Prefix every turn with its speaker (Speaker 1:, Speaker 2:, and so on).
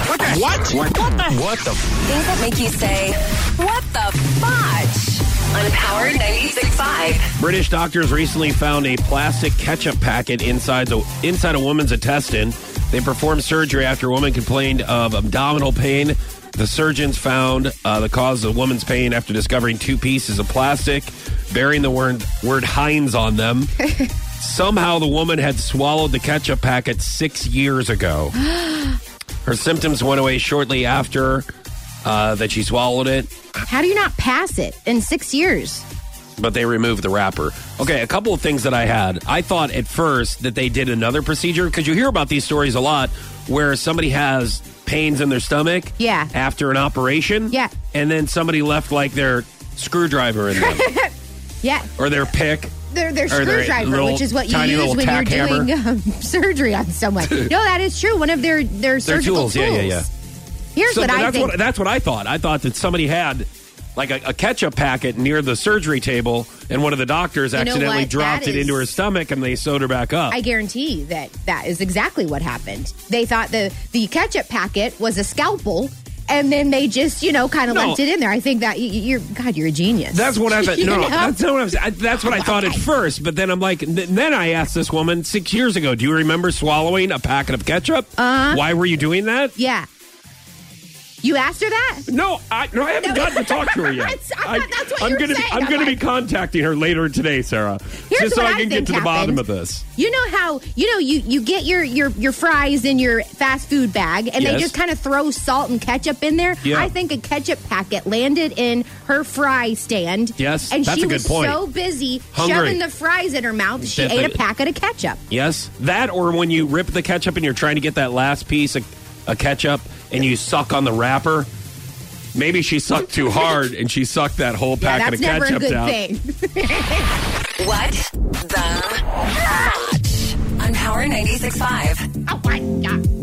Speaker 1: What? What? What the? What the?
Speaker 2: Things that make you say, what the fudge? On Power 96.5.
Speaker 1: British doctors recently found a plastic ketchup packet inside the inside a woman's intestine. They performed surgery after a woman complained of abdominal pain. The surgeons found uh, the cause of the woman's pain after discovering two pieces of plastic, bearing the word, word Heinz on them. Somehow the woman had swallowed the ketchup packet six years ago. Her symptoms went away shortly after uh, that she swallowed it.
Speaker 3: How do you not pass it in six years?
Speaker 1: but they removed the wrapper. Okay, a couple of things that I had. I thought at first that they did another procedure because you hear about these stories a lot where somebody has pains in their stomach
Speaker 3: Yeah.
Speaker 1: after an operation.
Speaker 3: Yeah.
Speaker 1: And then somebody left like their screwdriver in them
Speaker 3: Yeah,
Speaker 1: or their pick.
Speaker 3: they're, they're
Speaker 1: Or their
Speaker 3: screwdriver,
Speaker 1: little-
Speaker 3: which is what you
Speaker 1: tiny
Speaker 3: use
Speaker 1: little
Speaker 3: when you're
Speaker 1: tack hammer.
Speaker 3: doing um, surgery on someone. no, that is true. One of their
Speaker 1: Their
Speaker 3: their surgical
Speaker 1: tools, yeah, yeah, yeah.
Speaker 3: Here's
Speaker 1: So
Speaker 3: what I
Speaker 1: that's
Speaker 3: think.
Speaker 1: what that's what I thought. I thought that somebody had like a, a ketchup packet near the surgery table and one of the doctors
Speaker 3: know
Speaker 1: accidentally
Speaker 3: what?
Speaker 1: dropped
Speaker 3: That
Speaker 1: it into
Speaker 3: is-
Speaker 1: her stomach and they sewed her back up.
Speaker 3: I guarantee that that is exactly what happened. They thought the the ketchup packet was a scalpel, and then they just you know kind of
Speaker 1: No.
Speaker 3: left it in there. I think that you, you're God, you're a genius.
Speaker 1: That's what I thought.
Speaker 3: You
Speaker 1: No,
Speaker 3: know?
Speaker 1: no, that's not what I'm saying. I- That's what I thought at first. But then I'm like, th- then I asked this woman six years ago, do you remember swallowing a packet of ketchup? Uh-huh. Why were you doing that?
Speaker 3: yeah. You asked her that?
Speaker 1: No, I no, I haven't gotten to talk to her yet.
Speaker 3: I thought that's what
Speaker 1: am
Speaker 3: you were
Speaker 1: gonna
Speaker 3: saying.
Speaker 1: be, I'm,
Speaker 3: I'm
Speaker 1: gonna
Speaker 3: like-
Speaker 1: be contacting her later today, Sarah,
Speaker 3: Here's
Speaker 1: just so
Speaker 3: what
Speaker 1: I
Speaker 3: I
Speaker 1: can get
Speaker 3: think
Speaker 1: to the
Speaker 3: happened.
Speaker 1: bottom of this.
Speaker 3: You know how you know you you get your your your fries in your fast food bag and they
Speaker 1: Yes.
Speaker 3: just kind of throw salt and ketchup in there.
Speaker 1: Yeah.
Speaker 3: I think a ketchup packet landed in her fry stand.
Speaker 1: Yes,
Speaker 3: and
Speaker 1: that's
Speaker 3: she
Speaker 1: a good
Speaker 3: was
Speaker 1: point.
Speaker 3: so busy
Speaker 1: Hungry.
Speaker 3: shoving the fries in her mouth, she
Speaker 1: That
Speaker 3: ate
Speaker 1: the-
Speaker 3: a packet of ketchup.
Speaker 1: Yes, that or when you rip the ketchup and you're trying to get that last piece of, of ketchup and you suck on the wrapper. Maybe she sucked too hard and she sucked that whole
Speaker 3: Yeah,
Speaker 1: packet of
Speaker 3: that's never
Speaker 1: ketchup
Speaker 3: a good
Speaker 1: down.
Speaker 3: thing.
Speaker 2: What the fudge? On Power 96.5.
Speaker 3: oh my god.